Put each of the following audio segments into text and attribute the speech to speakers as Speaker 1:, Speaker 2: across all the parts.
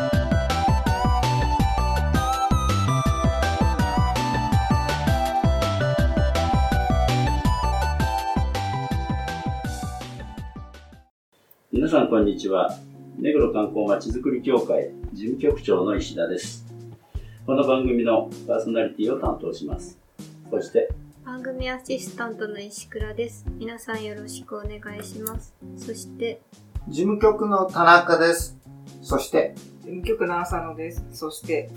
Speaker 1: ィです
Speaker 2: 皆さんこんにちは目黒観光まちづくり協会事務局長の石田ですこの番組のパーソナリティを担当しますそして
Speaker 1: 番組アシスタントの石倉です皆さんよろしくお願いしますそして
Speaker 3: 事務局の田中です。そして、
Speaker 4: 事務局の浅野です。そして、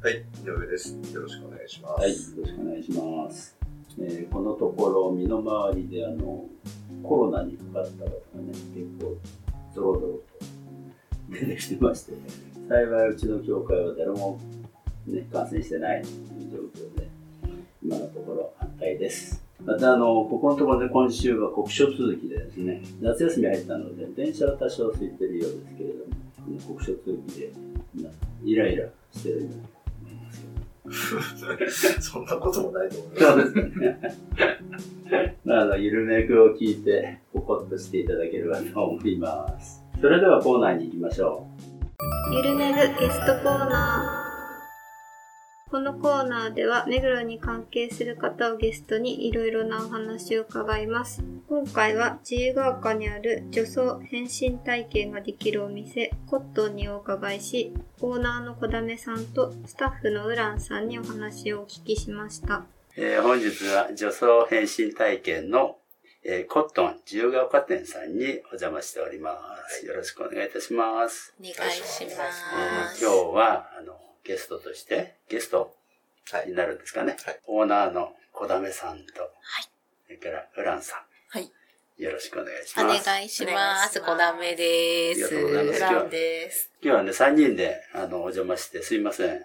Speaker 5: はい、井上です。よろしくお願いします。
Speaker 2: はいよろしくお願いします、えーこのところ身の回りであのコロナにかかった方がね結構ゾロゾロと出てきてまして幸いうちの協会は誰も、ね、感染してないという状況で今のところ反対ですまたあのここのところで今週は酷暑続きでですね夏休み入ったので電車は多少空いてるようですけれどもこの酷暑続きでみんなイライラしてるんだと思いますよ
Speaker 5: そんなこともないと思います。
Speaker 2: そうですね。まあ、あの、ゆるめくを聞いて、ほこっとしていただければと思います。それではコーナーに行きましょ
Speaker 1: ゆるめぐゲストコーナー。このコーナーでは、目黒に関係する方をゲストにいろいろなお話を伺います。今回は自由が丘にある女装変身体験ができるお店、コットンにお伺いし、オーナーの小めさんとスタッフのウランさんにお話をお聞きしました。
Speaker 2: う。えー本日は女装変身体験の、えーコットン自由が丘店さんにお邪魔しております。よろしくお願いいたします。
Speaker 6: お願いしま
Speaker 2: えー
Speaker 6: す。
Speaker 2: 今日は、あの、ゲストとして、ゲスト
Speaker 5: はい
Speaker 2: になるんですかね。
Speaker 5: はい
Speaker 2: オーナーの小めさんと、
Speaker 6: はい
Speaker 2: それからウランさん。
Speaker 6: はい
Speaker 2: よろしくお願いし
Speaker 6: お
Speaker 2: ます。
Speaker 6: 願いします。
Speaker 4: お願いします
Speaker 6: こだめで
Speaker 2: あ
Speaker 6: す。
Speaker 2: りがとうございます
Speaker 6: ランです。
Speaker 2: 今日はね、3人で、あの、お邪魔して、すいません。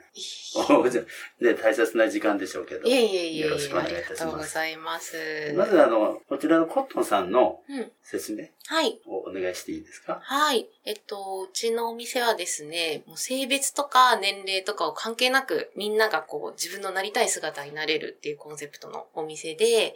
Speaker 2: おじゃね、大切な時間でしょうけど
Speaker 6: い。えいえいえ
Speaker 2: よろしくお願いいたしま
Speaker 6: あり
Speaker 2: す
Speaker 6: がとうございます。
Speaker 2: まず、あの、こちらのコットンさんの
Speaker 6: うん。
Speaker 2: 説明
Speaker 6: はい。
Speaker 2: をお願いしていいですか
Speaker 6: はい。えっと、うちのお店はですね、もう性別とか年齢とかを関係なく、みんながこう、自分のなりたい姿になれるっていうコンセプトのお店で、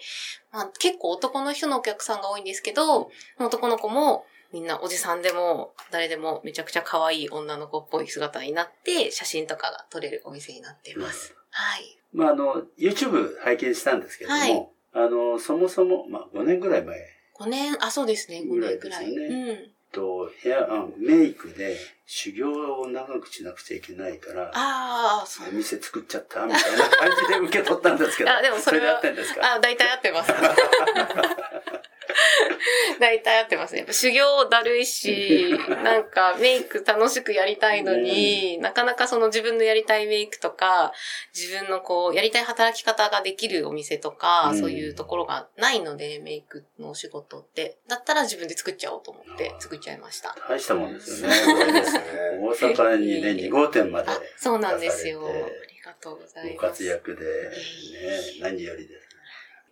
Speaker 6: まあ結構男の人のお客さんが多いんですけど、男の子もみんなおじさんでも誰でもめちゃくちゃ可愛い女の子っぽい姿になって、写真とかが撮れるお店になっています。はい。
Speaker 2: まあ、あの、YouTube 拝見したんですけども、
Speaker 6: はい
Speaker 2: あの、そもそも、まあ、5年ぐらい前、え
Speaker 6: 5年、あ、そうですね、5年くらい。
Speaker 2: ぐらいですよ
Speaker 6: うん。
Speaker 2: っと、ヘア、あメイクで修行を長くしなくちゃいけないから、
Speaker 6: ああ、そう
Speaker 2: お。店作っちゃったみたいな感じで受け取ったんですけど。
Speaker 6: あでもそれは
Speaker 2: 合ってんですか
Speaker 6: あ、大体合ってます。 大体合ってますね。やっぱ修行だるいし、なんかメイク楽しくやりたいのに、なかなかその自分のやりたいメイクとか、自分のこう、やりたい働き方ができるお店とか、
Speaker 2: うん
Speaker 6: そういうところがないので、メイクのお仕事って。だったら自分で作っちゃおうと思って
Speaker 2: あー
Speaker 6: 作っちゃいました。
Speaker 2: 大したもんですよね。
Speaker 5: す ごいですね
Speaker 2: 大阪にね、2号店まで
Speaker 6: あ、そうなんですよ。
Speaker 2: 出され
Speaker 6: あり
Speaker 2: て
Speaker 6: がとうござい
Speaker 2: ご
Speaker 6: ます。
Speaker 2: 活躍で、ね、何よりです。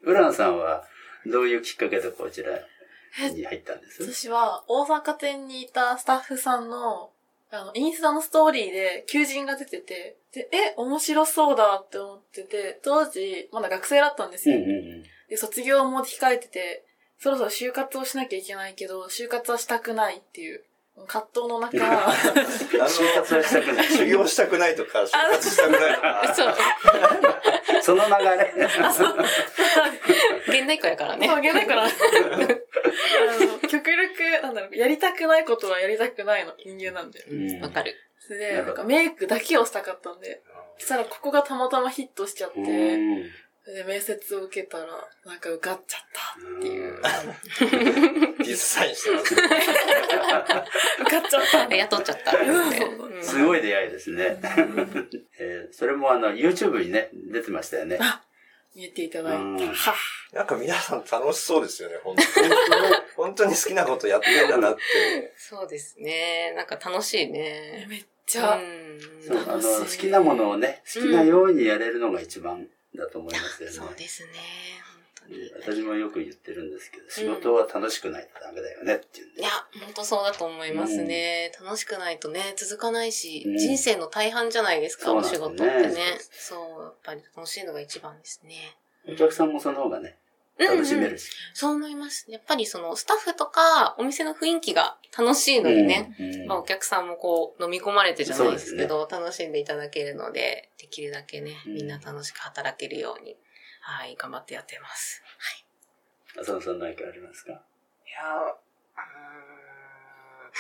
Speaker 2: ウランさんは、どういうきっかけでこちらに入ったんです
Speaker 7: 私は大阪店にいたスタッフさんの、あの、インスタのストーリーで求人が出てて、で、え、面白そうだって思ってて、当時、まだ学生だったんです
Speaker 2: うん
Speaker 7: よ。
Speaker 2: うん うん。
Speaker 7: で、卒業も控えてて、そろそろ就活をしなきゃいけないけど、就活はしたくないっていう、葛藤の 中、
Speaker 2: 就活はしたくない。
Speaker 5: 修行したくないとか、就活したくないと か。
Speaker 6: そう。
Speaker 2: その流れ。
Speaker 6: 現代化やからね。
Speaker 7: そう、げないから。あの、極力、なんだろう、やりたくないことはやりたくないの、人間なんで。
Speaker 2: うん
Speaker 6: わかる。
Speaker 7: それ
Speaker 2: なる
Speaker 7: で、
Speaker 2: ほ
Speaker 7: な
Speaker 2: ど
Speaker 7: んかメイクだけをしたかったんで、そしたらここがたまたまヒットしちゃっ
Speaker 2: う
Speaker 7: て、
Speaker 2: ん
Speaker 7: で、面接を受けたら、なんか受かっちゃっ
Speaker 2: っていう。
Speaker 5: ピースサインしてます。
Speaker 7: た。受かっちゃった。
Speaker 6: 雇っちゃったって言って。うん
Speaker 2: すごい出会いですね。 えーそれもあの、YouTube にね、出てましたよね。
Speaker 7: 見えていただいて。
Speaker 2: うん
Speaker 7: は
Speaker 5: なんか皆さん楽しそうですよね、本当に。 本当に好きなことやってんだなって。
Speaker 6: そうですね。なんか楽しい
Speaker 7: ぁ
Speaker 6: ね。
Speaker 7: めっちゃ、
Speaker 6: うん
Speaker 2: そう、あの、
Speaker 7: 楽
Speaker 2: 好
Speaker 7: しい
Speaker 2: きなものをね、好きなようにやれるのが一番だと思いますよね。
Speaker 6: そうですね。当に。い
Speaker 8: 私もよく言ってるんですけど、仕事は楽しくないとダメだよねって言うんで
Speaker 6: や、本当そうだと思いますね。楽しくないとね、続かないし、
Speaker 8: うん
Speaker 6: 人生の大半じゃないですか、
Speaker 8: そう
Speaker 6: お
Speaker 8: なんで
Speaker 6: 仕
Speaker 8: すね
Speaker 6: 事ってね。そう、やっぱり楽しいのが一番ですね。
Speaker 8: お客さんもその方がね、楽しめ
Speaker 6: うんうん
Speaker 8: るし。
Speaker 6: そう思います。やっぱりそのスタッフとかお店の雰囲気が楽しいのでね、
Speaker 8: うん。
Speaker 6: まあ、お客さんもこう飲み込まれてじゃないですけ
Speaker 8: そ
Speaker 6: ど、楽しんでいただけるので、できるだけね、
Speaker 8: うん
Speaker 6: みんな楽しく働けるように、はい、頑張ってやってます。
Speaker 8: 浅野さん何かありますか
Speaker 4: いや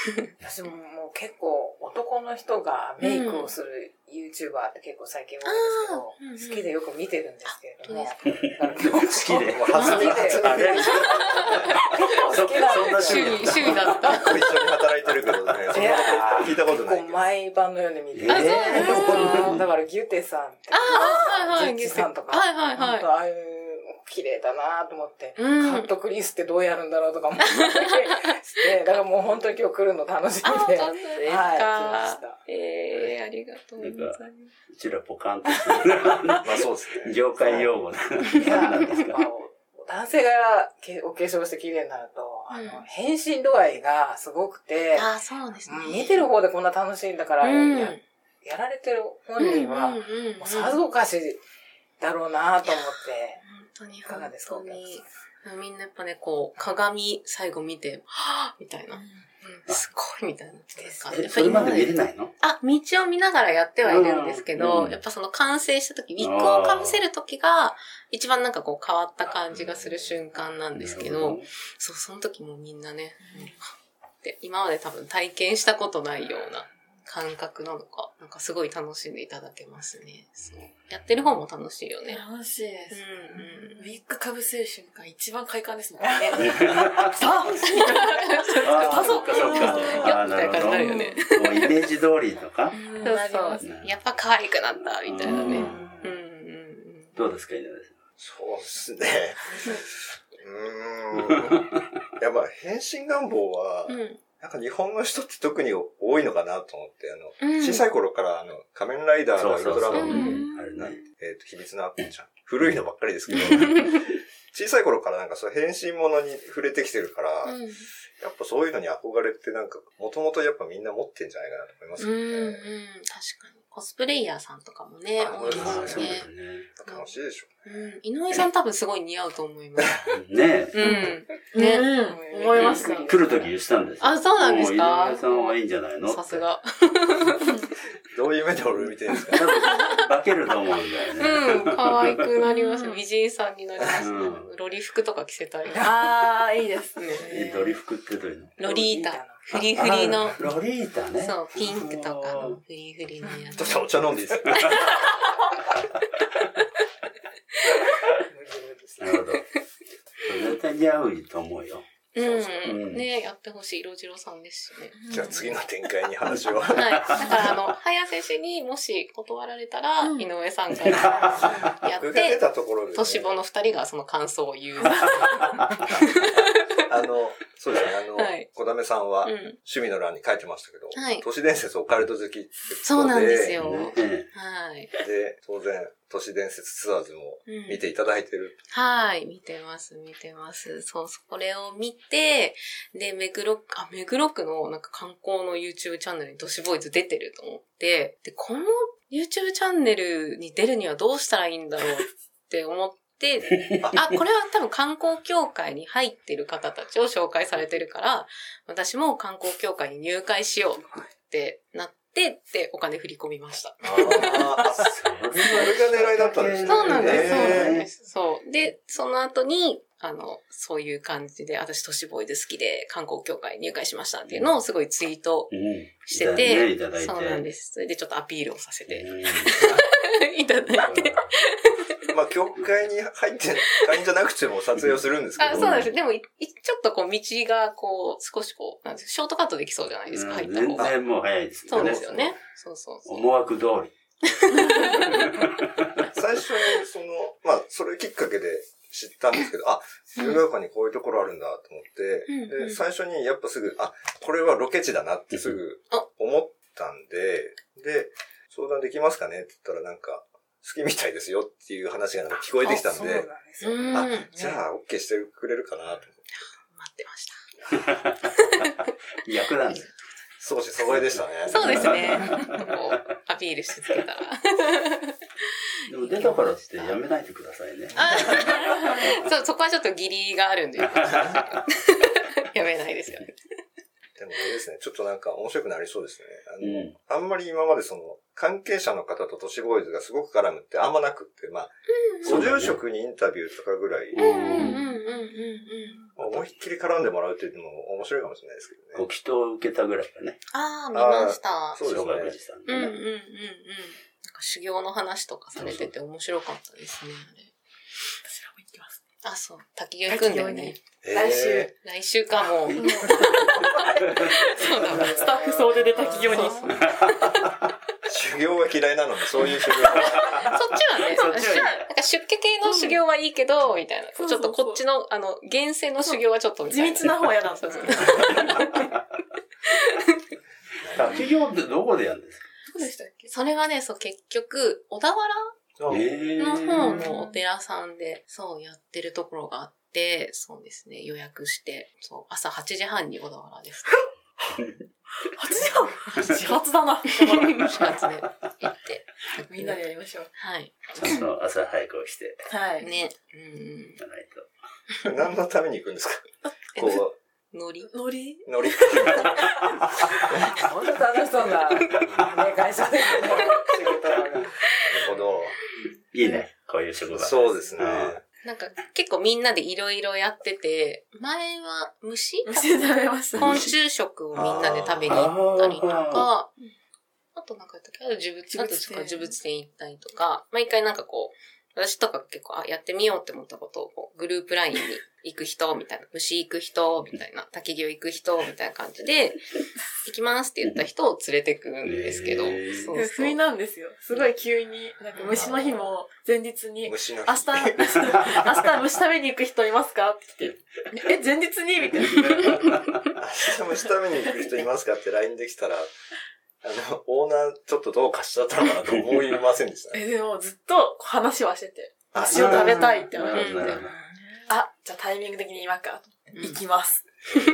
Speaker 4: ー、うーん私ももう結構男の人がメイクをする YouTuber って結構最近多いんですけど、
Speaker 6: あー
Speaker 4: 好きで
Speaker 6: うんうん
Speaker 4: よく見てるんですけれども
Speaker 6: あ、
Speaker 4: 好
Speaker 8: 好きで
Speaker 5: もう初めて
Speaker 4: 初
Speaker 5: 結
Speaker 4: めて
Speaker 8: そ
Speaker 4: 好きなんで
Speaker 8: そ
Speaker 4: すよ。
Speaker 6: 趣味、
Speaker 8: んな
Speaker 6: 趣味だった。
Speaker 5: 構一緒に働いてるけどね、そんなこと聞いたこと
Speaker 4: 結構
Speaker 5: ないけど。
Speaker 4: 毎晩のように見てる。
Speaker 8: あそう
Speaker 6: なんです
Speaker 8: か
Speaker 4: だから、ギュテさんって、
Speaker 6: はいはい、
Speaker 4: ジッチさんとか
Speaker 6: はいはい
Speaker 4: 本
Speaker 6: はい。
Speaker 4: 当ああいう、綺麗だなと思って、
Speaker 6: うん
Speaker 4: カットクリスってどうやるんだろうとか思ってして、だからもう本当に今日来るの楽し
Speaker 6: あ、
Speaker 4: み
Speaker 6: 本
Speaker 4: で。
Speaker 6: 当です
Speaker 4: はい来まし
Speaker 6: か
Speaker 4: た。
Speaker 6: ええー、ありがとうございます。
Speaker 8: うちらポカンとする。
Speaker 5: まあそうですね。
Speaker 8: 業界用語な何なんですか
Speaker 4: まあお男性がけお化粧して綺麗になると、あの
Speaker 6: うん
Speaker 4: 変身度合いがすごくて、
Speaker 6: あ、そうですね。
Speaker 4: 見てる方でこんな楽しいんだから、
Speaker 6: うん
Speaker 4: ややられてる本人は、
Speaker 6: うんうんうんうん
Speaker 4: もうさぞかしだろうなと思って、
Speaker 6: 本当に、
Speaker 4: いかがですか、お
Speaker 6: 本当
Speaker 4: 客
Speaker 6: に。みんなやっぱね、こう、鏡最後見て、はぁみたいな。うんすごいみたいな。
Speaker 8: えそれまで見れないの
Speaker 6: あ、道を見ながらやってはいるんですけ
Speaker 8: うん
Speaker 6: ど、
Speaker 8: うん
Speaker 6: やっぱその完成した時、ウィッグをかぶせる時が、一番なんかこう変わった感じがする瞬間なんですけ
Speaker 8: なる
Speaker 6: ど
Speaker 8: ほ、
Speaker 6: そう、その時もみんなね、うんで今まで多分体験したことないような感覚なのか、なんかすごい楽しんでいただけますね。そうやってる方も楽しいよね。
Speaker 7: 楽しいで
Speaker 6: うん
Speaker 7: す。
Speaker 6: うん
Speaker 7: ウィッグかぶせる瞬間一番快感ですもんね。
Speaker 8: ああ、
Speaker 7: パソ
Speaker 8: そ
Speaker 7: コ
Speaker 8: っ
Speaker 7: ン
Speaker 8: かそっか。ああ、なるほど。
Speaker 6: みたいな感
Speaker 8: も
Speaker 6: じになるよね
Speaker 8: うイメージ通りとか。
Speaker 7: うん
Speaker 6: そう
Speaker 7: なります
Speaker 6: そう。やっぱ可愛くなった、みたいなね。う
Speaker 8: うん
Speaker 6: うんんうん。
Speaker 8: どうですか、井上さん。
Speaker 5: そうですね。 うーん。いやまあ、変身願望は、
Speaker 6: うん
Speaker 5: なんか日本の人って特に多いのかなと思って、あ
Speaker 6: う
Speaker 5: の、
Speaker 6: ん
Speaker 5: 小さい頃からあの、仮面ライダーのウルトラマン
Speaker 6: そうそ
Speaker 5: の
Speaker 6: うそう
Speaker 8: あれなん
Speaker 5: えっ、と、秘密のアップルちゃん。古いのばっかりですけど、小さい頃からなんかそう変身ものに触れてきてるから、
Speaker 6: うん
Speaker 5: やっぱそういうのに憧れってなんか、もともとやっぱみんな持ってんじゃないかなと思います
Speaker 6: うん
Speaker 5: よ
Speaker 6: うん
Speaker 5: ね。
Speaker 6: 確かに。コスプレイヤーさんとかもね、
Speaker 5: あ
Speaker 6: 多いで
Speaker 8: ああ、
Speaker 6: す
Speaker 8: そう
Speaker 6: よ
Speaker 8: で
Speaker 6: ね
Speaker 8: す。ね。
Speaker 5: 楽しいでしょ
Speaker 6: うん。井上さん多分すごい似合うと思い ます。
Speaker 8: ねえ
Speaker 6: うん。
Speaker 7: ね
Speaker 6: ね。
Speaker 4: うん
Speaker 7: 思いまし
Speaker 4: う
Speaker 7: た
Speaker 4: ん。
Speaker 8: 来るとき言ったんですよ。
Speaker 6: あそうなんですか
Speaker 8: もう井上さんはいいんじゃないのって
Speaker 6: さす。が。
Speaker 5: どういう目で俺を見てるんですか
Speaker 8: 多分、化けると思うんだよね。
Speaker 6: うん。可愛くなります。美人さんになります
Speaker 8: う。
Speaker 6: ロリ服とか着せたり。
Speaker 7: ああ、いいですね。
Speaker 8: え、ドリフクってどういうの
Speaker 6: ロリータ。フリフリの
Speaker 8: あ。ロリータね。
Speaker 6: そう、ピンクとかのフリフリのや
Speaker 5: ちょ
Speaker 6: つ
Speaker 5: っ。とお茶飲んでいいですか
Speaker 8: なるほど。絶対似合うと思うよ。
Speaker 6: う
Speaker 8: うん
Speaker 6: ん。ねやってほしい色白さんですしね。
Speaker 5: じゃあ次の展開に話 を。
Speaker 6: はい。だから、あの、早瀬氏にもし断られたら、
Speaker 7: うん
Speaker 6: 井上さんからや
Speaker 5: 僕
Speaker 6: っ
Speaker 5: が出
Speaker 6: て、
Speaker 5: たところで、ね。
Speaker 6: 年子の二人がその感想を 言う。
Speaker 5: あの、そうですね、あの、
Speaker 6: はい
Speaker 5: 小ダメさんは、
Speaker 6: うん。
Speaker 5: 趣味の欄に書いてましたけど、
Speaker 6: はい
Speaker 5: 都市伝説オカルト好きって
Speaker 6: そうなんですよ。
Speaker 8: ねえ
Speaker 6: はい。
Speaker 5: で、当然、都市伝説ツアーズも
Speaker 6: うん
Speaker 5: 見ていただいてる。
Speaker 6: はい、見てます、見てます。そう、そこれを見て、で、目黒区、あ、目黒区のなんか観光の YouTube チャンネルに都市ボーイズ出てると思って、で、この YouTube チャンネルに出るにはどうしたらいいんだろうって思って、あ、これは多分観光協会に入ってる方たちを紹介されてるから、私も観光協会に入会しようってなって、で、お金振り込みました。
Speaker 5: ああ、それが狙いだったんですね。
Speaker 6: そうなんです、
Speaker 5: へ
Speaker 6: そう
Speaker 5: ー
Speaker 6: なんです。そう。で、その後に、あの、そういう感じで、私、都市ボーイズ好きで観光協会に入会しましたっていうのをすごいツイート
Speaker 8: うん。
Speaker 6: してて、
Speaker 8: いただいて。
Speaker 6: そうなん
Speaker 8: す。
Speaker 6: です。それでちょっとアピールをさせて
Speaker 8: う
Speaker 6: いただいて。
Speaker 5: まあ、教会に入って、会員じゃなくても撮影をするんですけ
Speaker 6: あ、
Speaker 5: ど。
Speaker 6: そうなんです。でも、いいちょっとこう、道がこう、少しこう、なんですかショートカットできそうじゃないですか、入
Speaker 8: ん
Speaker 6: った方
Speaker 8: 全
Speaker 6: が。
Speaker 8: 然もう早いですね。
Speaker 6: そうですよね。そうそうそう。
Speaker 8: 思惑通り。
Speaker 5: 最初に、その、まあ、それきっかけで知ったんですけど、あ、中学校にこういうところあるんだと思
Speaker 6: うん
Speaker 5: って、
Speaker 6: うん
Speaker 5: で、最初にやっぱすぐ、あ、これはロケ地だなってすぐ思ったんで、で、相談できますかねって言ったらなんか、きみたいですよっていう話がなんか聞こえてきたん
Speaker 4: あそうなん
Speaker 5: で、
Speaker 4: ですよ。
Speaker 6: うん。
Speaker 5: あ
Speaker 6: ね
Speaker 5: じゃあ OK してくれるかなと思って。
Speaker 6: 待ってました。
Speaker 8: 逆なんです。
Speaker 5: そうです、それでしたね。
Speaker 6: そうです ね。こうアピールし続けたら。
Speaker 8: でも出たからってやめないでくださいね。
Speaker 6: あそう、そこはちょっと義理があるんで。やめないですよね。
Speaker 5: でもあれですね、ちょっとなんか面白くなりそうですね。あ
Speaker 8: う
Speaker 5: の、
Speaker 8: ん。
Speaker 5: あんまり今までその、関係者の方と都市ボーイズがすごく絡むってあんまなくって、まあ、
Speaker 8: う
Speaker 5: ご
Speaker 8: ん
Speaker 5: 住職にインタビューとかぐらい、
Speaker 8: うん
Speaker 6: うんうんうんうん
Speaker 5: まあ思いっきり絡んでもらうっていうのも面白いかもしれないですけど
Speaker 8: ご
Speaker 5: ね。
Speaker 8: 祈祷を受けたぐらいがね、
Speaker 6: ああ、見ました。
Speaker 5: そうですね
Speaker 8: 白岳寺さん
Speaker 6: うんうんうんう
Speaker 8: の
Speaker 6: ん。
Speaker 8: ね。
Speaker 6: なんか修行の話とかされてて面白かったですね、あれ。
Speaker 7: 私らも行きます。
Speaker 6: あ、そう。滝行行くんだよね。
Speaker 5: えー
Speaker 4: 来週
Speaker 6: 来週かもう。そうだわ。
Speaker 7: スタッフ総出で滝行に。
Speaker 5: 修行は嫌いなので、そういう修行
Speaker 6: そっちはね、
Speaker 8: そっちはいい
Speaker 6: なんか出家系の修行はいいけど、みたいな。
Speaker 7: そう
Speaker 6: ち
Speaker 7: そ
Speaker 6: ょ
Speaker 7: う
Speaker 6: っ
Speaker 7: そ
Speaker 6: と
Speaker 7: う
Speaker 6: こっちの、あの、厳正の修行はちょっとみた
Speaker 7: 地
Speaker 6: いな。
Speaker 7: 道な方やだった。
Speaker 6: そう
Speaker 7: ど
Speaker 6: そうう
Speaker 8: 滝行ってどこでやるんですか
Speaker 7: でしたっけ
Speaker 6: それがね、そう、結局、小田原
Speaker 5: は。
Speaker 8: え
Speaker 6: の方
Speaker 8: ー。
Speaker 6: のお寺さんで、そう、やってるところがあって、そうですね、予約して、そう、朝8時半に小田原です。
Speaker 7: 初じゃん始発だな。
Speaker 6: 始発で行って。
Speaker 7: みんなでやりましょう。
Speaker 6: はい。
Speaker 8: ちょっと朝早く起きてい
Speaker 7: はい。
Speaker 6: ね。うん
Speaker 8: かない
Speaker 5: 何のために行くんですか
Speaker 6: え
Speaker 5: こ
Speaker 6: うん。のり
Speaker 7: ノリ
Speaker 5: う、乗り。
Speaker 4: 本当楽しそうな、ね、会社ですね。仕事が。
Speaker 5: ほど。
Speaker 8: と。いいね、こういう職場。
Speaker 5: そうですね。
Speaker 6: なんか、結構みんなでいろいろやってて、前は虫
Speaker 7: 教えてもらいました。
Speaker 6: 昆虫食をみんなで食べに行ったりと か、あとなんかやったっけあと呪
Speaker 7: 物
Speaker 6: 物、
Speaker 7: 展
Speaker 6: あとそうか呪物展行ったりとか、毎回なんかこう、私とか結構、あ、やってみようって思ったことをこう、グループラインに行く人、みたいな、虫行く人、みたいな、滝行行く人、みたいな感じ で、行きますって言った人を連れてくんですけど、
Speaker 8: へー
Speaker 6: そう
Speaker 7: 不
Speaker 6: そう
Speaker 7: 意。なんですよ。すごい急に、なんか虫の日も前日に、明日、
Speaker 5: 虫の
Speaker 7: 明日虫食べに行く人いますかって言って。え、前日にみたいな。
Speaker 5: 明日虫食べに行く人いますかって LINE できたら、あの、オーナーちょっとどうかしちゃったのかなと思いませんでした ね。
Speaker 7: え、でもずっと話はしてて、
Speaker 5: あ
Speaker 7: 虫を食べたいって
Speaker 8: な
Speaker 7: 思い
Speaker 8: る
Speaker 7: ま
Speaker 8: ほどな
Speaker 7: し
Speaker 8: るほど
Speaker 7: た。あ、じゃあタイミング的に今か。
Speaker 6: うん
Speaker 7: 行きます。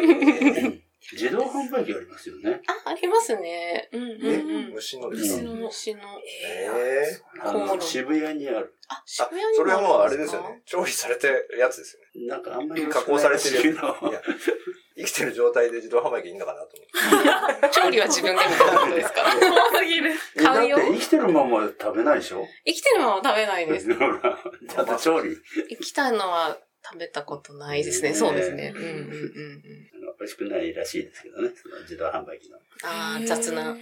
Speaker 8: 自動販売機ありますよね。
Speaker 6: あ、ありますね。うんうんうん。
Speaker 5: 虫のです
Speaker 8: 虫
Speaker 5: ね。
Speaker 8: の
Speaker 6: 虫の。
Speaker 5: えー
Speaker 8: あ
Speaker 6: コオロ
Speaker 8: の、渋谷にある。
Speaker 6: あ、
Speaker 5: あ
Speaker 6: 渋谷にも
Speaker 5: それはもうあれ
Speaker 6: るん
Speaker 5: ですよね。調理されてるやつですよね。
Speaker 8: なんかあんまり
Speaker 5: 加工されてる
Speaker 8: よ。
Speaker 5: いや、生きてる状態で自動販売機いいのかなと思って。
Speaker 6: か。調理は自分でみたいなことですか
Speaker 7: 怖すぎる。
Speaker 8: えだっ
Speaker 6: 買う
Speaker 8: て
Speaker 6: よ
Speaker 8: 生きてるまんま食べないでしょ
Speaker 6: 生きてるまま食べないです。
Speaker 8: ほら、ちゃんと調理。
Speaker 6: 生きたのは食べたことないですね。
Speaker 8: ねえ
Speaker 6: そうですね。うんうんうんうん。
Speaker 8: あの美味しくないらしいですけどね、その自動販売機の。
Speaker 6: ああ、雑な、
Speaker 5: コ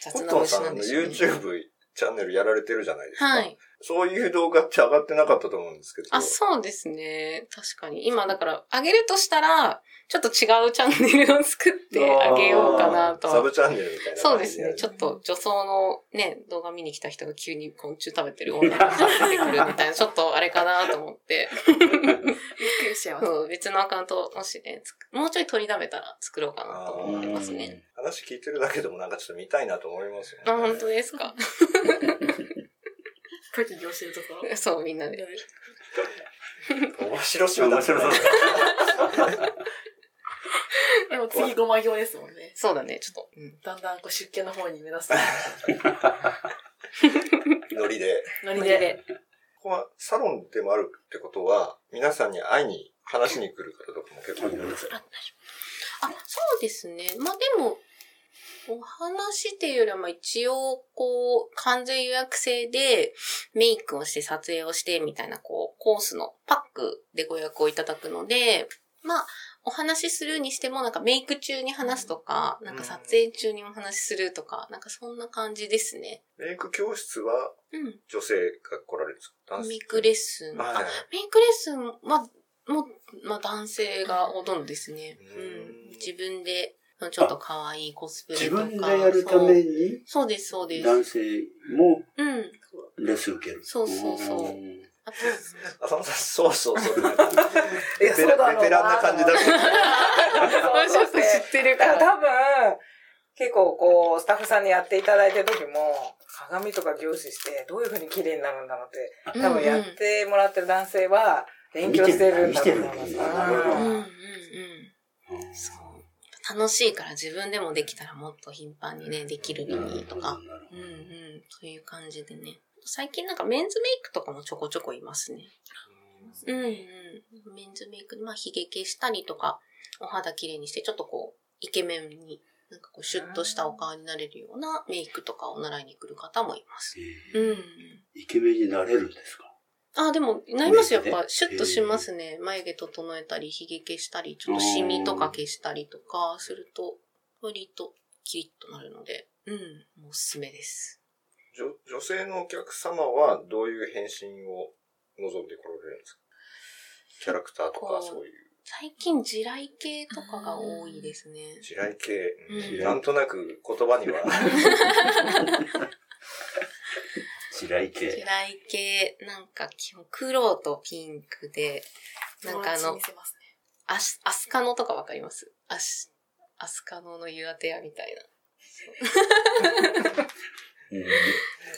Speaker 6: 雑
Speaker 5: ッ
Speaker 6: な
Speaker 5: トン
Speaker 6: 虫
Speaker 5: さん
Speaker 6: な
Speaker 5: の
Speaker 6: んですね。
Speaker 5: YouTube チャンネルやられてるじゃないですか。
Speaker 6: はい。
Speaker 5: そういう動画って上がってなかったと思うんですけど。
Speaker 6: あ、そうですね。確かに。今、だから、あげるとしたら、ちょっと違うチャンネルを作ってあげようかなと
Speaker 5: サブ
Speaker 6: は。
Speaker 5: チャンネルみたいな
Speaker 6: そう
Speaker 5: 感
Speaker 6: で
Speaker 5: じ
Speaker 6: す
Speaker 5: や
Speaker 6: ね。
Speaker 5: る
Speaker 6: ちょっと女装のね、動画見に来た人が急に昆虫食べてる女の子が出てくるみたいな、ちょっとあれかなと思って。
Speaker 7: びっくりしちゃいます。
Speaker 6: そう別のアカウントをもしね、つくもうちょい取りだめたら作ろうかなと思ってますね。
Speaker 5: 話聞いてるだけでもなんかちょっと見たいなと思いますよね。
Speaker 6: あ、本当ですか。
Speaker 7: かき教 えるところ。
Speaker 6: そう、みんなで。
Speaker 5: 面白そうだね。
Speaker 7: でも次ごま行ですもんね。
Speaker 6: そうだね、ちょっと。うん
Speaker 7: だんだんこう出家の方に目 指す。
Speaker 5: ノリで。
Speaker 7: ノリで。
Speaker 5: ここはサロンでもあるってことは、皆さんに会いに、話しに来る方とかも結構いるんですよ。
Speaker 6: あ、そうですね。まあでも、お話っていうよりは、まあ一応、こう、完全予約制で、メイクをして撮影をして、みたいな、こう、コースのパックでご予約をいただくので、まあ、お話しするにしても、なんかメイク中に話すとか、なんか撮影中にお話しするとか、なんかそんな感じですね。
Speaker 5: メイク教室は
Speaker 6: うん。
Speaker 5: 女性が来られるんですか
Speaker 6: メイクレッ
Speaker 5: ス
Speaker 6: スン。
Speaker 5: はい
Speaker 6: あ、メイクレッスンは、もう、まあ男性がほとんどですね。
Speaker 5: う
Speaker 6: うんん。自分で、ちょっと可愛いコスプレ
Speaker 8: 自
Speaker 6: とか。
Speaker 8: 分でやるために、
Speaker 6: そうそうです、そうです。
Speaker 8: 男性も
Speaker 6: うん。
Speaker 8: レッスン受ける。
Speaker 6: そうそうそうんあと、
Speaker 5: 浅野さん、そうそうそう。
Speaker 4: い
Speaker 5: ベ
Speaker 4: や
Speaker 5: テ
Speaker 4: そうだろうな
Speaker 5: ラベテランな感じだけど。
Speaker 6: ちょっと知ってる
Speaker 4: だ
Speaker 6: か
Speaker 4: から
Speaker 6: ら。
Speaker 4: 多分、結構こう、スタッフさんにやっていただいてる時も、鏡とか凝視して、どういう風に綺麗になるんだろうって、
Speaker 6: うん
Speaker 4: 多分やってもらってる男性は、勉強してるんだと思いま
Speaker 8: 見
Speaker 4: す。
Speaker 8: てるんだ見てるんだ
Speaker 6: うんうんうんうん
Speaker 8: うん
Speaker 6: 楽しいから自分でもできたらもっと頻繁にね、できる
Speaker 8: な
Speaker 6: の
Speaker 8: るほど
Speaker 6: にとか。
Speaker 8: なるほ
Speaker 6: うん
Speaker 8: ど
Speaker 6: うん。そういう感じでね。最近なんかメンズメイクとかもちょこちょこいますね。うんうん。メンズメイク、まあ、髭消したりとか、お肌綺麗にして、ちょっとこう、イケメンに、なんかこう、シュッとしたお顔になれるようなメイクとかを習いに来る方もいます。
Speaker 8: え
Speaker 6: う
Speaker 8: ー
Speaker 6: ん。
Speaker 8: イケメンになれるんですか
Speaker 6: あ、でも、なりますよ。
Speaker 8: メイク
Speaker 6: や
Speaker 8: ね
Speaker 6: っぱ、シュッとしますね。眉毛整えたり、髭消したり、ちょっとシミとか消したりとかすると、割とキリッとなるので、うん、おすすめです。
Speaker 5: 女女性のお客様はどういう変身を望んで来られるんですかキャラクターと
Speaker 6: こ
Speaker 5: か
Speaker 6: う
Speaker 5: そういう
Speaker 6: 最近、地雷系とかが多いですね。
Speaker 5: 地雷系、
Speaker 6: うん
Speaker 5: なんとなく言葉に は
Speaker 8: 地雷
Speaker 6: 地
Speaker 8: 系。
Speaker 6: 雷系、なんか基本、黒とピンクで、なんかあ
Speaker 7: 友達
Speaker 6: の
Speaker 7: に見、せますね。
Speaker 6: アシアスカノとかわかりますアシ、アスカノのユアテアみたいな。
Speaker 8: う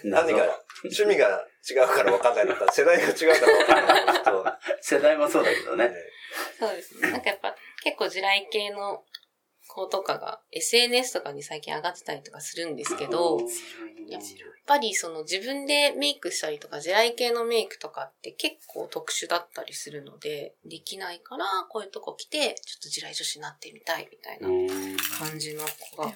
Speaker 8: ん
Speaker 5: 何が趣味が違うから分かん ないのか世代が違うから分かんないのかと
Speaker 8: 世代もそうだけどね。
Speaker 6: そうですね。なんかやっぱ結構地雷系の子とかが SNS とかに最近上がってたりとかするんですけど、やっ
Speaker 8: やっ
Speaker 6: ぱりその自分でメイクしたりとか地雷系のメイクとかって結構特殊だったりするので、できないからこういうとこ来てちょっと地雷女子になってみたいみたいな感じの子が。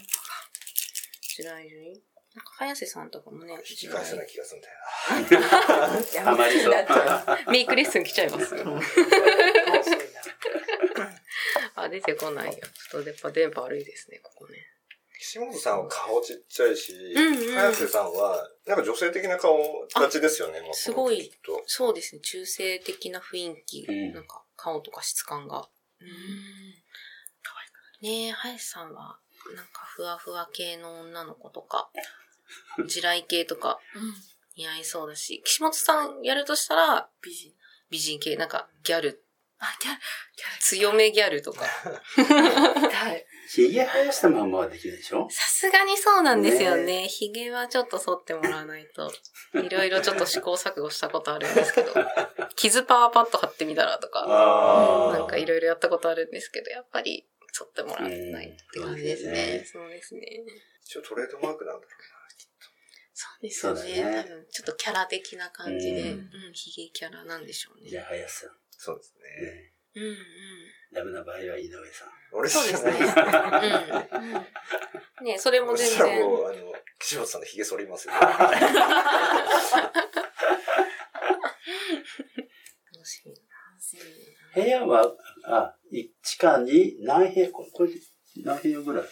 Speaker 6: 地雷女になんか早瀬さんとかもね、
Speaker 5: 引き返せない気がするんだよ
Speaker 8: あまりそう。
Speaker 6: メイクレッスン来ちゃいますよ。
Speaker 4: 楽しいな
Speaker 6: あ、出てこないよ。ちょっとやっぱ電波悪いですね、ここね。
Speaker 5: 岸本さんは顔ちっちゃいし、
Speaker 6: うんうん
Speaker 5: 早瀬さんは、なんか女性的な顔立ちですよね、もう
Speaker 6: すごい
Speaker 5: きっと。
Speaker 6: そうですね、中性的な雰囲気、
Speaker 8: うん
Speaker 6: なんか顔とか質感が。うん。可愛くないねえ、林さんは、なんかふわふわ系の女の子とか、 地雷系とか
Speaker 7: うん。
Speaker 6: 似合いそうだし、岸本さんやるとしたら、
Speaker 7: 美人。
Speaker 6: 美人系、なんかギャル、
Speaker 7: あ、ギャル、
Speaker 6: 強めギャルとか。
Speaker 7: 痛い。
Speaker 8: ひげ生やしたまんまはできないでしょ
Speaker 6: さすがにそうなんですよね。ひげはちょっと剃ってもらわないと。いろいろちょっと試行錯誤したことあるんです けど、傷パワーパッド貼ってみたらとか。
Speaker 8: あー
Speaker 6: なんかいろいろやったことあるんですけど、やっぱり、剃ってもらわないって感じです
Speaker 8: う
Speaker 6: ね
Speaker 8: ん。
Speaker 6: そうですね。
Speaker 5: 一応トレードマークなんだろ
Speaker 6: そうですよね。
Speaker 8: そうだ
Speaker 6: 多
Speaker 8: ね
Speaker 6: 分、ちょっとキャラ的な感じで、
Speaker 8: う
Speaker 6: うんん、ヒゲキャラなんでしょう
Speaker 8: じゃ
Speaker 6: ね。
Speaker 8: あ、林さん。
Speaker 5: うな。そうですね。
Speaker 8: ね
Speaker 6: うんうん。
Speaker 8: ダメな場合は井上さん。
Speaker 5: 俺じゃない。
Speaker 6: うん。ねそれも
Speaker 5: そし
Speaker 6: 全
Speaker 5: たら
Speaker 6: 然。
Speaker 5: もう、あの、岸本さんの髭剃り ますよ。
Speaker 6: 楽しみ。
Speaker 8: 部屋は、あ、一地下に何平ここれ何平方ぐらい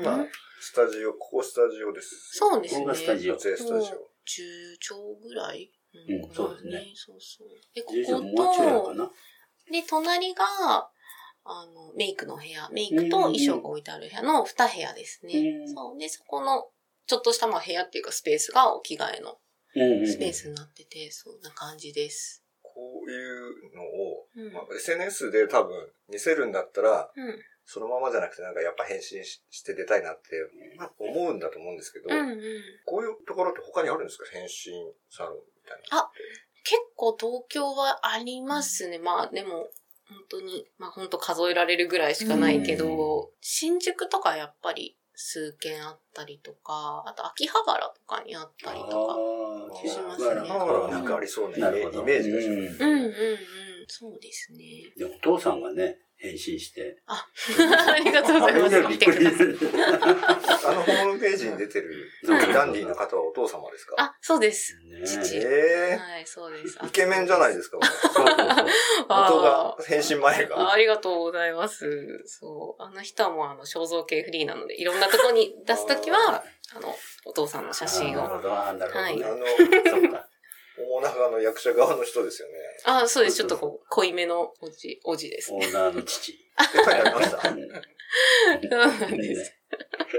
Speaker 5: 今、スタジオ、ここスタジオです。
Speaker 6: そうです
Speaker 8: こ
Speaker 6: ね
Speaker 8: こがスタ。ジオ。
Speaker 5: 撮影スタジオ。
Speaker 6: 10兆ぐらい
Speaker 8: うんそうですね。
Speaker 6: そうそう。で、こ
Speaker 8: 住所もうちょいある
Speaker 6: こ
Speaker 8: かな
Speaker 6: と、で、隣が、あの、メイクの部屋、メイクと衣装が置いてある部屋の2部屋ですね
Speaker 8: う。ん
Speaker 6: そう。で、そこの、ちょっとしたまあ部屋っていうかスペースがお着替えの
Speaker 8: うんうん。
Speaker 6: スペースになってて、そんな感じです。
Speaker 5: こういうのを、
Speaker 6: うん
Speaker 5: まあ、SNS で多分見せるんだったら、
Speaker 6: うん
Speaker 5: そのままじゃなくてなんかやっぱ変身しして出たいなって思うんだと思うんですけど、
Speaker 6: うんうん。
Speaker 5: こういうところって他にあるんですか変身サロンみたいな。
Speaker 6: 結構東京はありますね。まあでも、本当に、まあ本当数えられるぐらいしかないけど、新宿とかやっぱり数軒あったりとか、あと秋葉原とかにあったりとか。
Speaker 8: ああ、
Speaker 5: し
Speaker 6: ますね
Speaker 8: あら
Speaker 5: だからなんかありそうなイメ
Speaker 8: なるほど。
Speaker 5: イメージですよね。
Speaker 8: う
Speaker 6: う
Speaker 8: ん
Speaker 6: んうんうん。そうです ね。
Speaker 8: でお父さんがね、変身して。
Speaker 6: ありがとうございます。見てください。
Speaker 5: あのホームページに出てる
Speaker 8: はい
Speaker 5: ダンディーの方はお父様ですか
Speaker 6: あ、そうです。
Speaker 8: ねえ
Speaker 6: 父
Speaker 5: え
Speaker 6: はい、そうです
Speaker 5: え。イケメンじゃないですすか
Speaker 8: そうそうそう
Speaker 5: 元が、変身前
Speaker 6: あ
Speaker 5: が。
Speaker 6: ありがとうございます。そう。あの人はもうあの肖像系フリーなので、いろんなとこに出すときは、あの、お父さんの写真
Speaker 8: あなる
Speaker 6: を。
Speaker 8: ほど、あなるほど
Speaker 5: あ
Speaker 8: ね。
Speaker 6: は
Speaker 5: の、
Speaker 8: そうか。
Speaker 5: 大長の役者側の人ですよね。
Speaker 6: あそうです。ちょっとこう、濃いめのおじ、おじです
Speaker 8: オ
Speaker 6: ね。
Speaker 8: ーナーの父。
Speaker 5: やっぱりありました。
Speaker 6: そうなん
Speaker 8: ね
Speaker 6: です。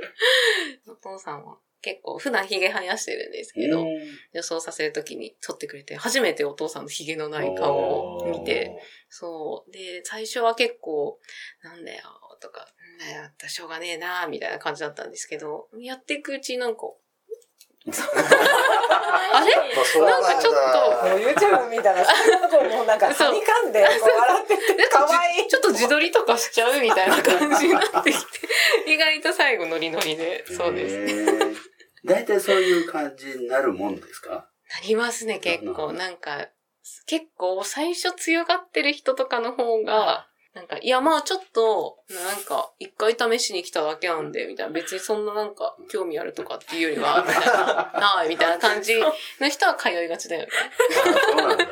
Speaker 6: お父さんは結構、普段ヒゲ生やしてるんですけど、予想させるときに撮ってくれて、初めてお父さんのヒゲのない顔を見て、そう。で、最初は結構、なんだよ、とか、なんだよ、しょうがねえな、みたいな感じだったんですけど、やっていくうちになんか、あれ
Speaker 5: まあ、そうなんだ。
Speaker 6: なんかちょっと
Speaker 4: もう YouTube みたいな、そういうとこもうなんか、
Speaker 6: そう
Speaker 4: はにかんで、こう笑ってて、かわいい。
Speaker 6: ちょっと自撮りとかしちゃうみたいな感じになってきて、意外と最後ノリノリで、 そうです。
Speaker 8: す。大体そういう感じになるもんですか
Speaker 6: なりますね、結構。なんか、結構最初強がってる人とかの方が、なんか、いや、まあちょっと、なんか、一回試しに来ただけなんで、みたいな、別にそんななんか、興味あるとかっていうよりは、みたいな、なあ、みたいな感じの人は通いがちだよね。
Speaker 8: あそうなんだ。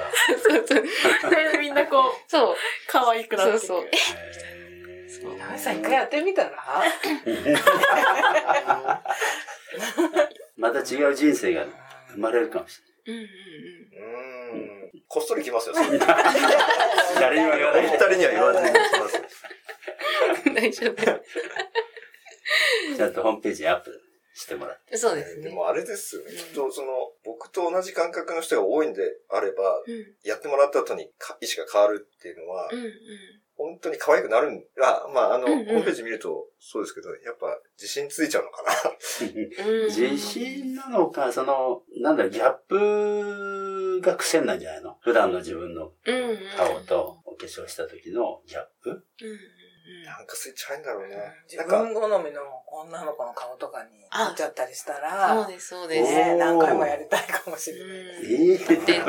Speaker 6: そうそう。
Speaker 7: それでみん なこう、
Speaker 6: そう。
Speaker 7: 可愛くなっていく。
Speaker 6: そうそう
Speaker 8: へー
Speaker 4: 井上さん一回やってみたら
Speaker 8: また違う人生が生まれるかもし
Speaker 6: うんうん
Speaker 5: うーん。こっそり来ますよ、それ。お
Speaker 8: 誰にも言わない
Speaker 5: 二人には言わ ないようにします。
Speaker 6: うん。大丈夫。
Speaker 8: れない。ちゃんとホームページにアップしてもらって。
Speaker 6: そうですね。
Speaker 5: もあれですよね。きっと、その、僕と同じ感覚の人が多いんであれば、
Speaker 6: うん。
Speaker 5: やってもらった後にか意識が変わるっていうのは、
Speaker 6: うんうん。
Speaker 5: 本当に可愛くなるんあ、まあ、あの、
Speaker 6: うんうん
Speaker 5: ホームページ見るとそうですけど、やっぱ自信ついちゃうのかな。
Speaker 6: うん
Speaker 8: 自信なのか、その、なんだろう、ギャップが癖なんじゃないの普段の自分の
Speaker 6: うんうん
Speaker 8: 顔とお化粧した時のギャッ
Speaker 6: う
Speaker 8: プ
Speaker 6: んうん
Speaker 5: なんかスイッチ入るんだろうね。な
Speaker 4: 自
Speaker 5: んか
Speaker 4: 分、好みの女の子の顔とかに
Speaker 6: あ
Speaker 4: 見ちゃったりした
Speaker 6: そ
Speaker 4: ら
Speaker 6: う、です、そうです。
Speaker 4: ね、
Speaker 8: おー
Speaker 4: 何回もやりたいかもしれない。
Speaker 6: うん
Speaker 8: ええ
Speaker 6: で、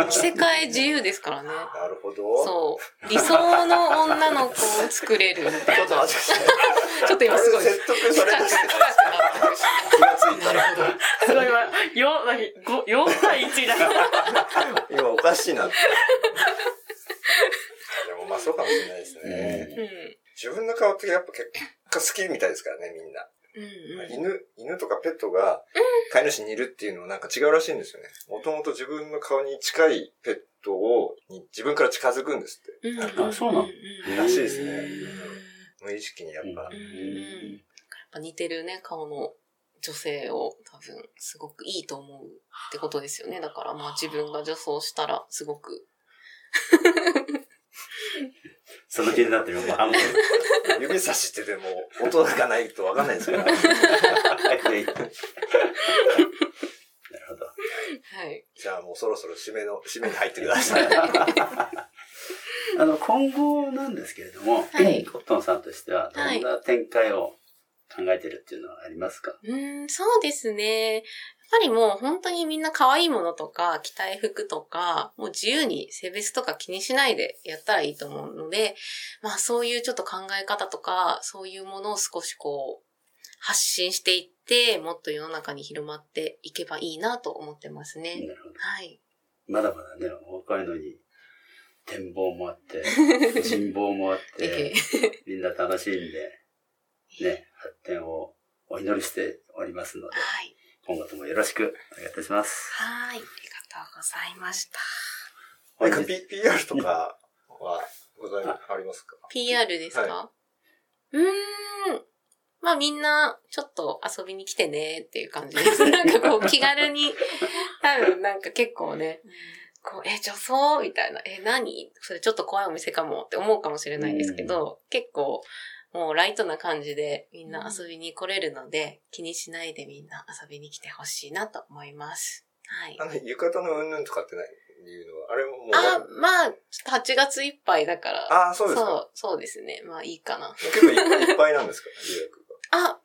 Speaker 6: 着せ替え自由ですからね。
Speaker 5: なるほど。
Speaker 6: そう。理想の女の子を作 れるっ
Speaker 5: ちょ
Speaker 6: て
Speaker 5: っ
Speaker 6: こ
Speaker 5: と
Speaker 6: と。
Speaker 5: 待って
Speaker 6: ちょっと
Speaker 5: こ
Speaker 6: 今すご
Speaker 5: れ
Speaker 6: い。
Speaker 5: 説得されて気がついたら、
Speaker 7: すごいわ。よ、なに、ご、4対1だ。
Speaker 5: 今おかしいなって。 でもまあそうかもしれないですね。
Speaker 6: うん。
Speaker 5: 自分の顔ってやっぱ結果好きみたいですからね、みんな。
Speaker 6: うんうん。
Speaker 5: 犬、犬とかペットが飼い主にいるっていうのはなんか違うらしいんですよね。もともと自分の顔に近いペットを、に自分から近づくんですって。なんか
Speaker 8: あそうなの
Speaker 6: ん
Speaker 5: らしいですね
Speaker 6: うんや
Speaker 5: 無意識にやっぱ。
Speaker 6: んっぱ似てるね、顔の女性を多分、すごくいいと思うってことですよね。だからまあ自分が女装したら、すごく。
Speaker 8: その気になってるもう半分。
Speaker 5: 指差しってでも音がないとわかんないですから。
Speaker 8: はいなるほど。
Speaker 6: はい。
Speaker 5: じゃあもうそろそろ締めの、締めに入ってください。
Speaker 8: あの、今後なんですけれども、
Speaker 6: はい
Speaker 8: コットンさんとしては、どんな展開を考えてるっていうのはありますか、
Speaker 6: うーん、そうですね。やっぱりもう本当にみんな可愛いものとか、着たい服とか、もう自由に性別とか気にしないでやったらいいと思うので、まあそういうちょっと考え方とか、そういうものを少しこう、発信していって、もっと世の中に広まっていけばいいなと思ってますね。
Speaker 8: なるほど。
Speaker 6: はい。
Speaker 8: まだまだね、お若いのに、展望もあって、人望もあっ
Speaker 6: え
Speaker 8: て、みんな楽しんで、ね、発展をお祈りしておりますので、
Speaker 6: はい。
Speaker 8: 今後ともよろしくお願いいたします。
Speaker 6: はい。ありがとうございました。
Speaker 5: なんか P- PR とかはございますありますか
Speaker 6: PR ですか、
Speaker 5: は
Speaker 6: うーん。まあみんな、ちょっと遊びに来てねっていう感じです。 なんかこう気軽に、多分なんか結構ね、こう、え、女装みたいな、え、何それちょっと怖いお店かもって思うかもしれないですけど、結構、もうライトな感じでみんな遊びに来れるので、気にしないでみんな遊びに来てほしいなと思います。はい
Speaker 5: あ。の、浴衣のうんぬんとかってないいうのは、あれももう、
Speaker 6: あ、まあ、8月いっぱいだから。
Speaker 5: あーそうです
Speaker 6: そ
Speaker 5: か。
Speaker 6: う、そうですね。まあいいかな。
Speaker 5: 結構いっぱいなんですか予約が。
Speaker 6: あ、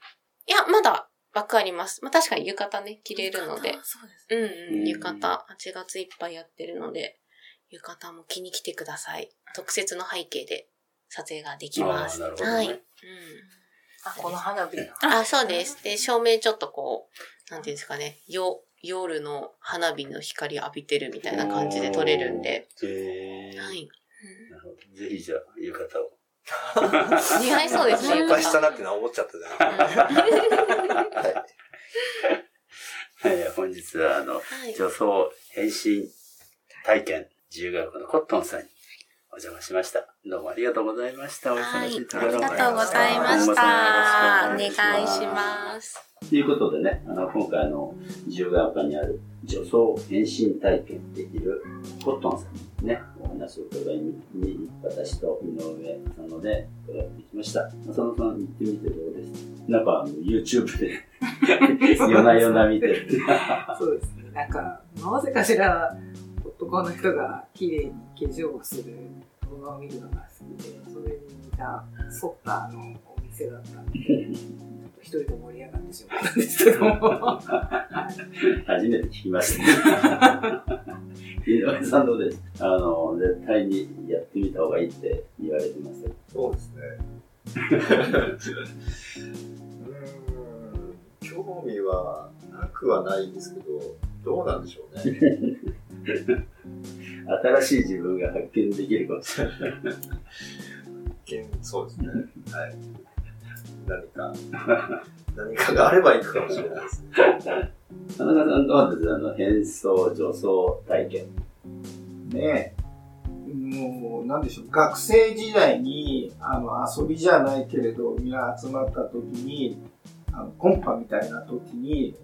Speaker 6: いや、まだ枠あります。まあ、確かに浴衣ね、着れるので。
Speaker 7: そうです。
Speaker 6: うん
Speaker 8: う
Speaker 6: うん、
Speaker 8: ん
Speaker 6: 浴衣、8月いっぱいやってるので、浴衣も着に来てください。特設の背景で撮影ができます。
Speaker 8: あーなるほどね
Speaker 6: はい。うん。
Speaker 4: あ、この花火の。
Speaker 6: あ、そうです。で、照明ちょっとこう、なんていうんですかね、よ、夜の花火の光浴びてるみたいな感じで撮れるんで。
Speaker 8: おー。へー
Speaker 6: はい。
Speaker 8: なるほどぜひじゃあ、浴衣を。
Speaker 6: 似合いそうですね。
Speaker 5: 心配したなってのは思っちゃったじゃない
Speaker 6: 浴衣うん
Speaker 8: えー本日は、あの、
Speaker 6: はい。
Speaker 8: 女装変身体験自由学校のコットンさんにお邪魔しました。どうもありがとうございました。お忙しいところ
Speaker 6: ありがとうございました。お願いします。
Speaker 2: ということでね、あの今回の自由が丘にある女装変身体験できるコットンさんにね、お話を伺いに、私と井上さんので伺ってきました。そのさん行ってみてどうですなんかあの YouTube で夜な夜な見てる。
Speaker 4: そうですね。なんか、なぜかしら、男の人が綺麗に化粧をする動画を見るのが好きで、それに似たソッターのお店だったんで、ちょっと一人で盛り上がってしまったんですけども。
Speaker 2: 初めて聞きました、ね。 井上さんどうですあの、絶対にやってみた方がいいって言われてましたけ
Speaker 5: そうですね。うーん、興味はなくはないんですけど、どうなんでしょう ね。
Speaker 2: ど、新しい自分が発見できるかもしれない。
Speaker 5: 一見そうですね。はい。何か、何かがあれば行くかもしれないですね。
Speaker 2: 田中さんどうですあの、変装、女装体験。
Speaker 3: ねもう、なんでしょう、学生時代に、あの、遊びじゃないけれど、みんな集まった時に、あの、コンパみたいな時に、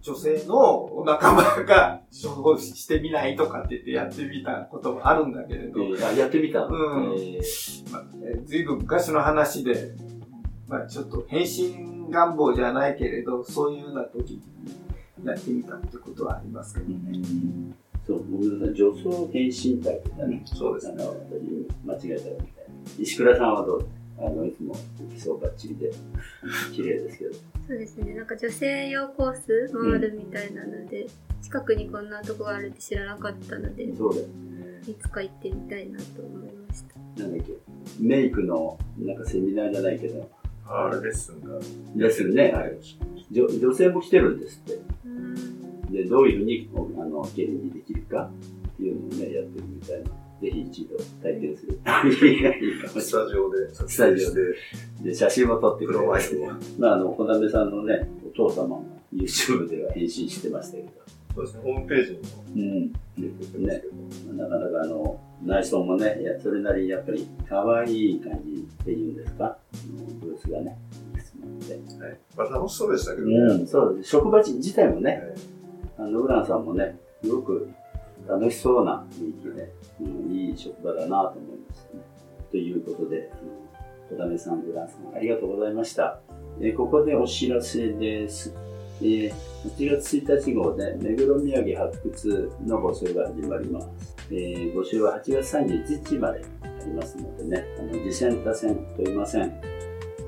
Speaker 3: 女性のお仲間が、情報してみないとかって言ってやってみたこともあるんだけれど、
Speaker 2: あやってみた
Speaker 3: うん
Speaker 2: えー
Speaker 3: まあ、えーずいぶん昔の話で、まあ、ちょっと変身願望じゃないけれど、そういうような時にやってみたってことはありますけどね。
Speaker 2: そう、ごめんなさい。女装変身体験だね。そうですね。私、間違えたみたいな。石倉さんはどうあの、いつも服装バッチリで、綺麗ですけど。
Speaker 1: そうですね。なんか女性用コース回るみたいなので、近くにこんなとこがあるって知らなかったので、
Speaker 2: そうだよね。
Speaker 1: いつか行ってみたいなと思いました。
Speaker 2: なんだっけ、メイクの、なんかセミナーじゃないけど、
Speaker 5: あれ、レッスンが。
Speaker 2: ですよね、あれ。女女性も来てるんですって。
Speaker 1: うん
Speaker 2: で、どういうふうに、あの、綺麗にできるかっていうのをね、やってるみたいな。ぜひ一度体験する。いいか もし
Speaker 5: ス
Speaker 2: れな
Speaker 5: タジオで撮
Speaker 2: スタ
Speaker 5: 影
Speaker 2: ジ
Speaker 5: し
Speaker 2: オ
Speaker 5: て、
Speaker 2: いで、写真も撮って
Speaker 5: プ
Speaker 2: くれ
Speaker 5: ロマイド
Speaker 2: る。
Speaker 5: を。
Speaker 2: まあ、あの、小鍋さんのね、お父様が YouTube では返信してましたけど。
Speaker 5: そうですね、ホームページにも
Speaker 2: うん。
Speaker 5: 出てきてますけど。
Speaker 2: なかなかあの、内装もね、いやそれなりにやっぱり可愛い感じっていうんですか、あのブースがね、いくつもあって。
Speaker 5: はいまあ、楽しそうでしたけどね。
Speaker 2: うん、そうです。職場自体もね、
Speaker 5: はい
Speaker 2: あの、ウランさんもね、すごく楽しそうな雰囲気で、うん、いい職場だなと思いましたね。ということで、うん小田目さん、ウランさん、ありがとうございました。えーここでお知らせです。えー8月1日号で、目黒土産発掘の募集が始まります。えー募集は8月31日までありますのでね、あの、次戦他戦問いません。え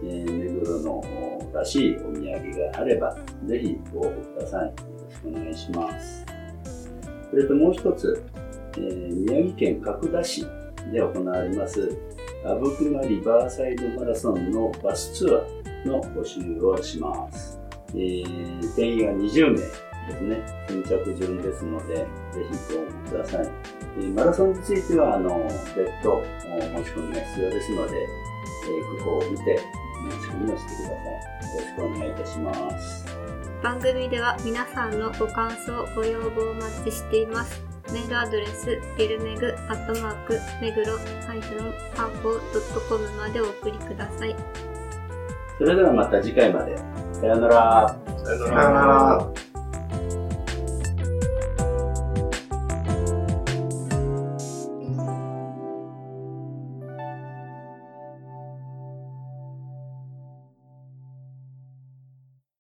Speaker 2: ー目黒のおらしいお土産があれば、ぜひご応募ください。よろしくお願いします。それともう一つ、えー宮城県角田市で行われます、阿武隈リバーサイドマラソンのバスツアーの募集をします。えー定員は20名ですね。先着順ですので、ぜひご応募ください。えーマラソンについては、あの、別途お申し込みが必要ですので、えーここを見て、申し込みをしてください。よろしくお願いいたします。
Speaker 1: 番組では皆さんのご感想、ご要望をお待ちしています。メールアドレス、ゲルメグ、アットマーク、目黒、ハイフン、ハーコー、ドットコムまでお送りください。
Speaker 2: それではまた次回まで。さようなら。
Speaker 5: さよな
Speaker 3: さよなら
Speaker 5: ら。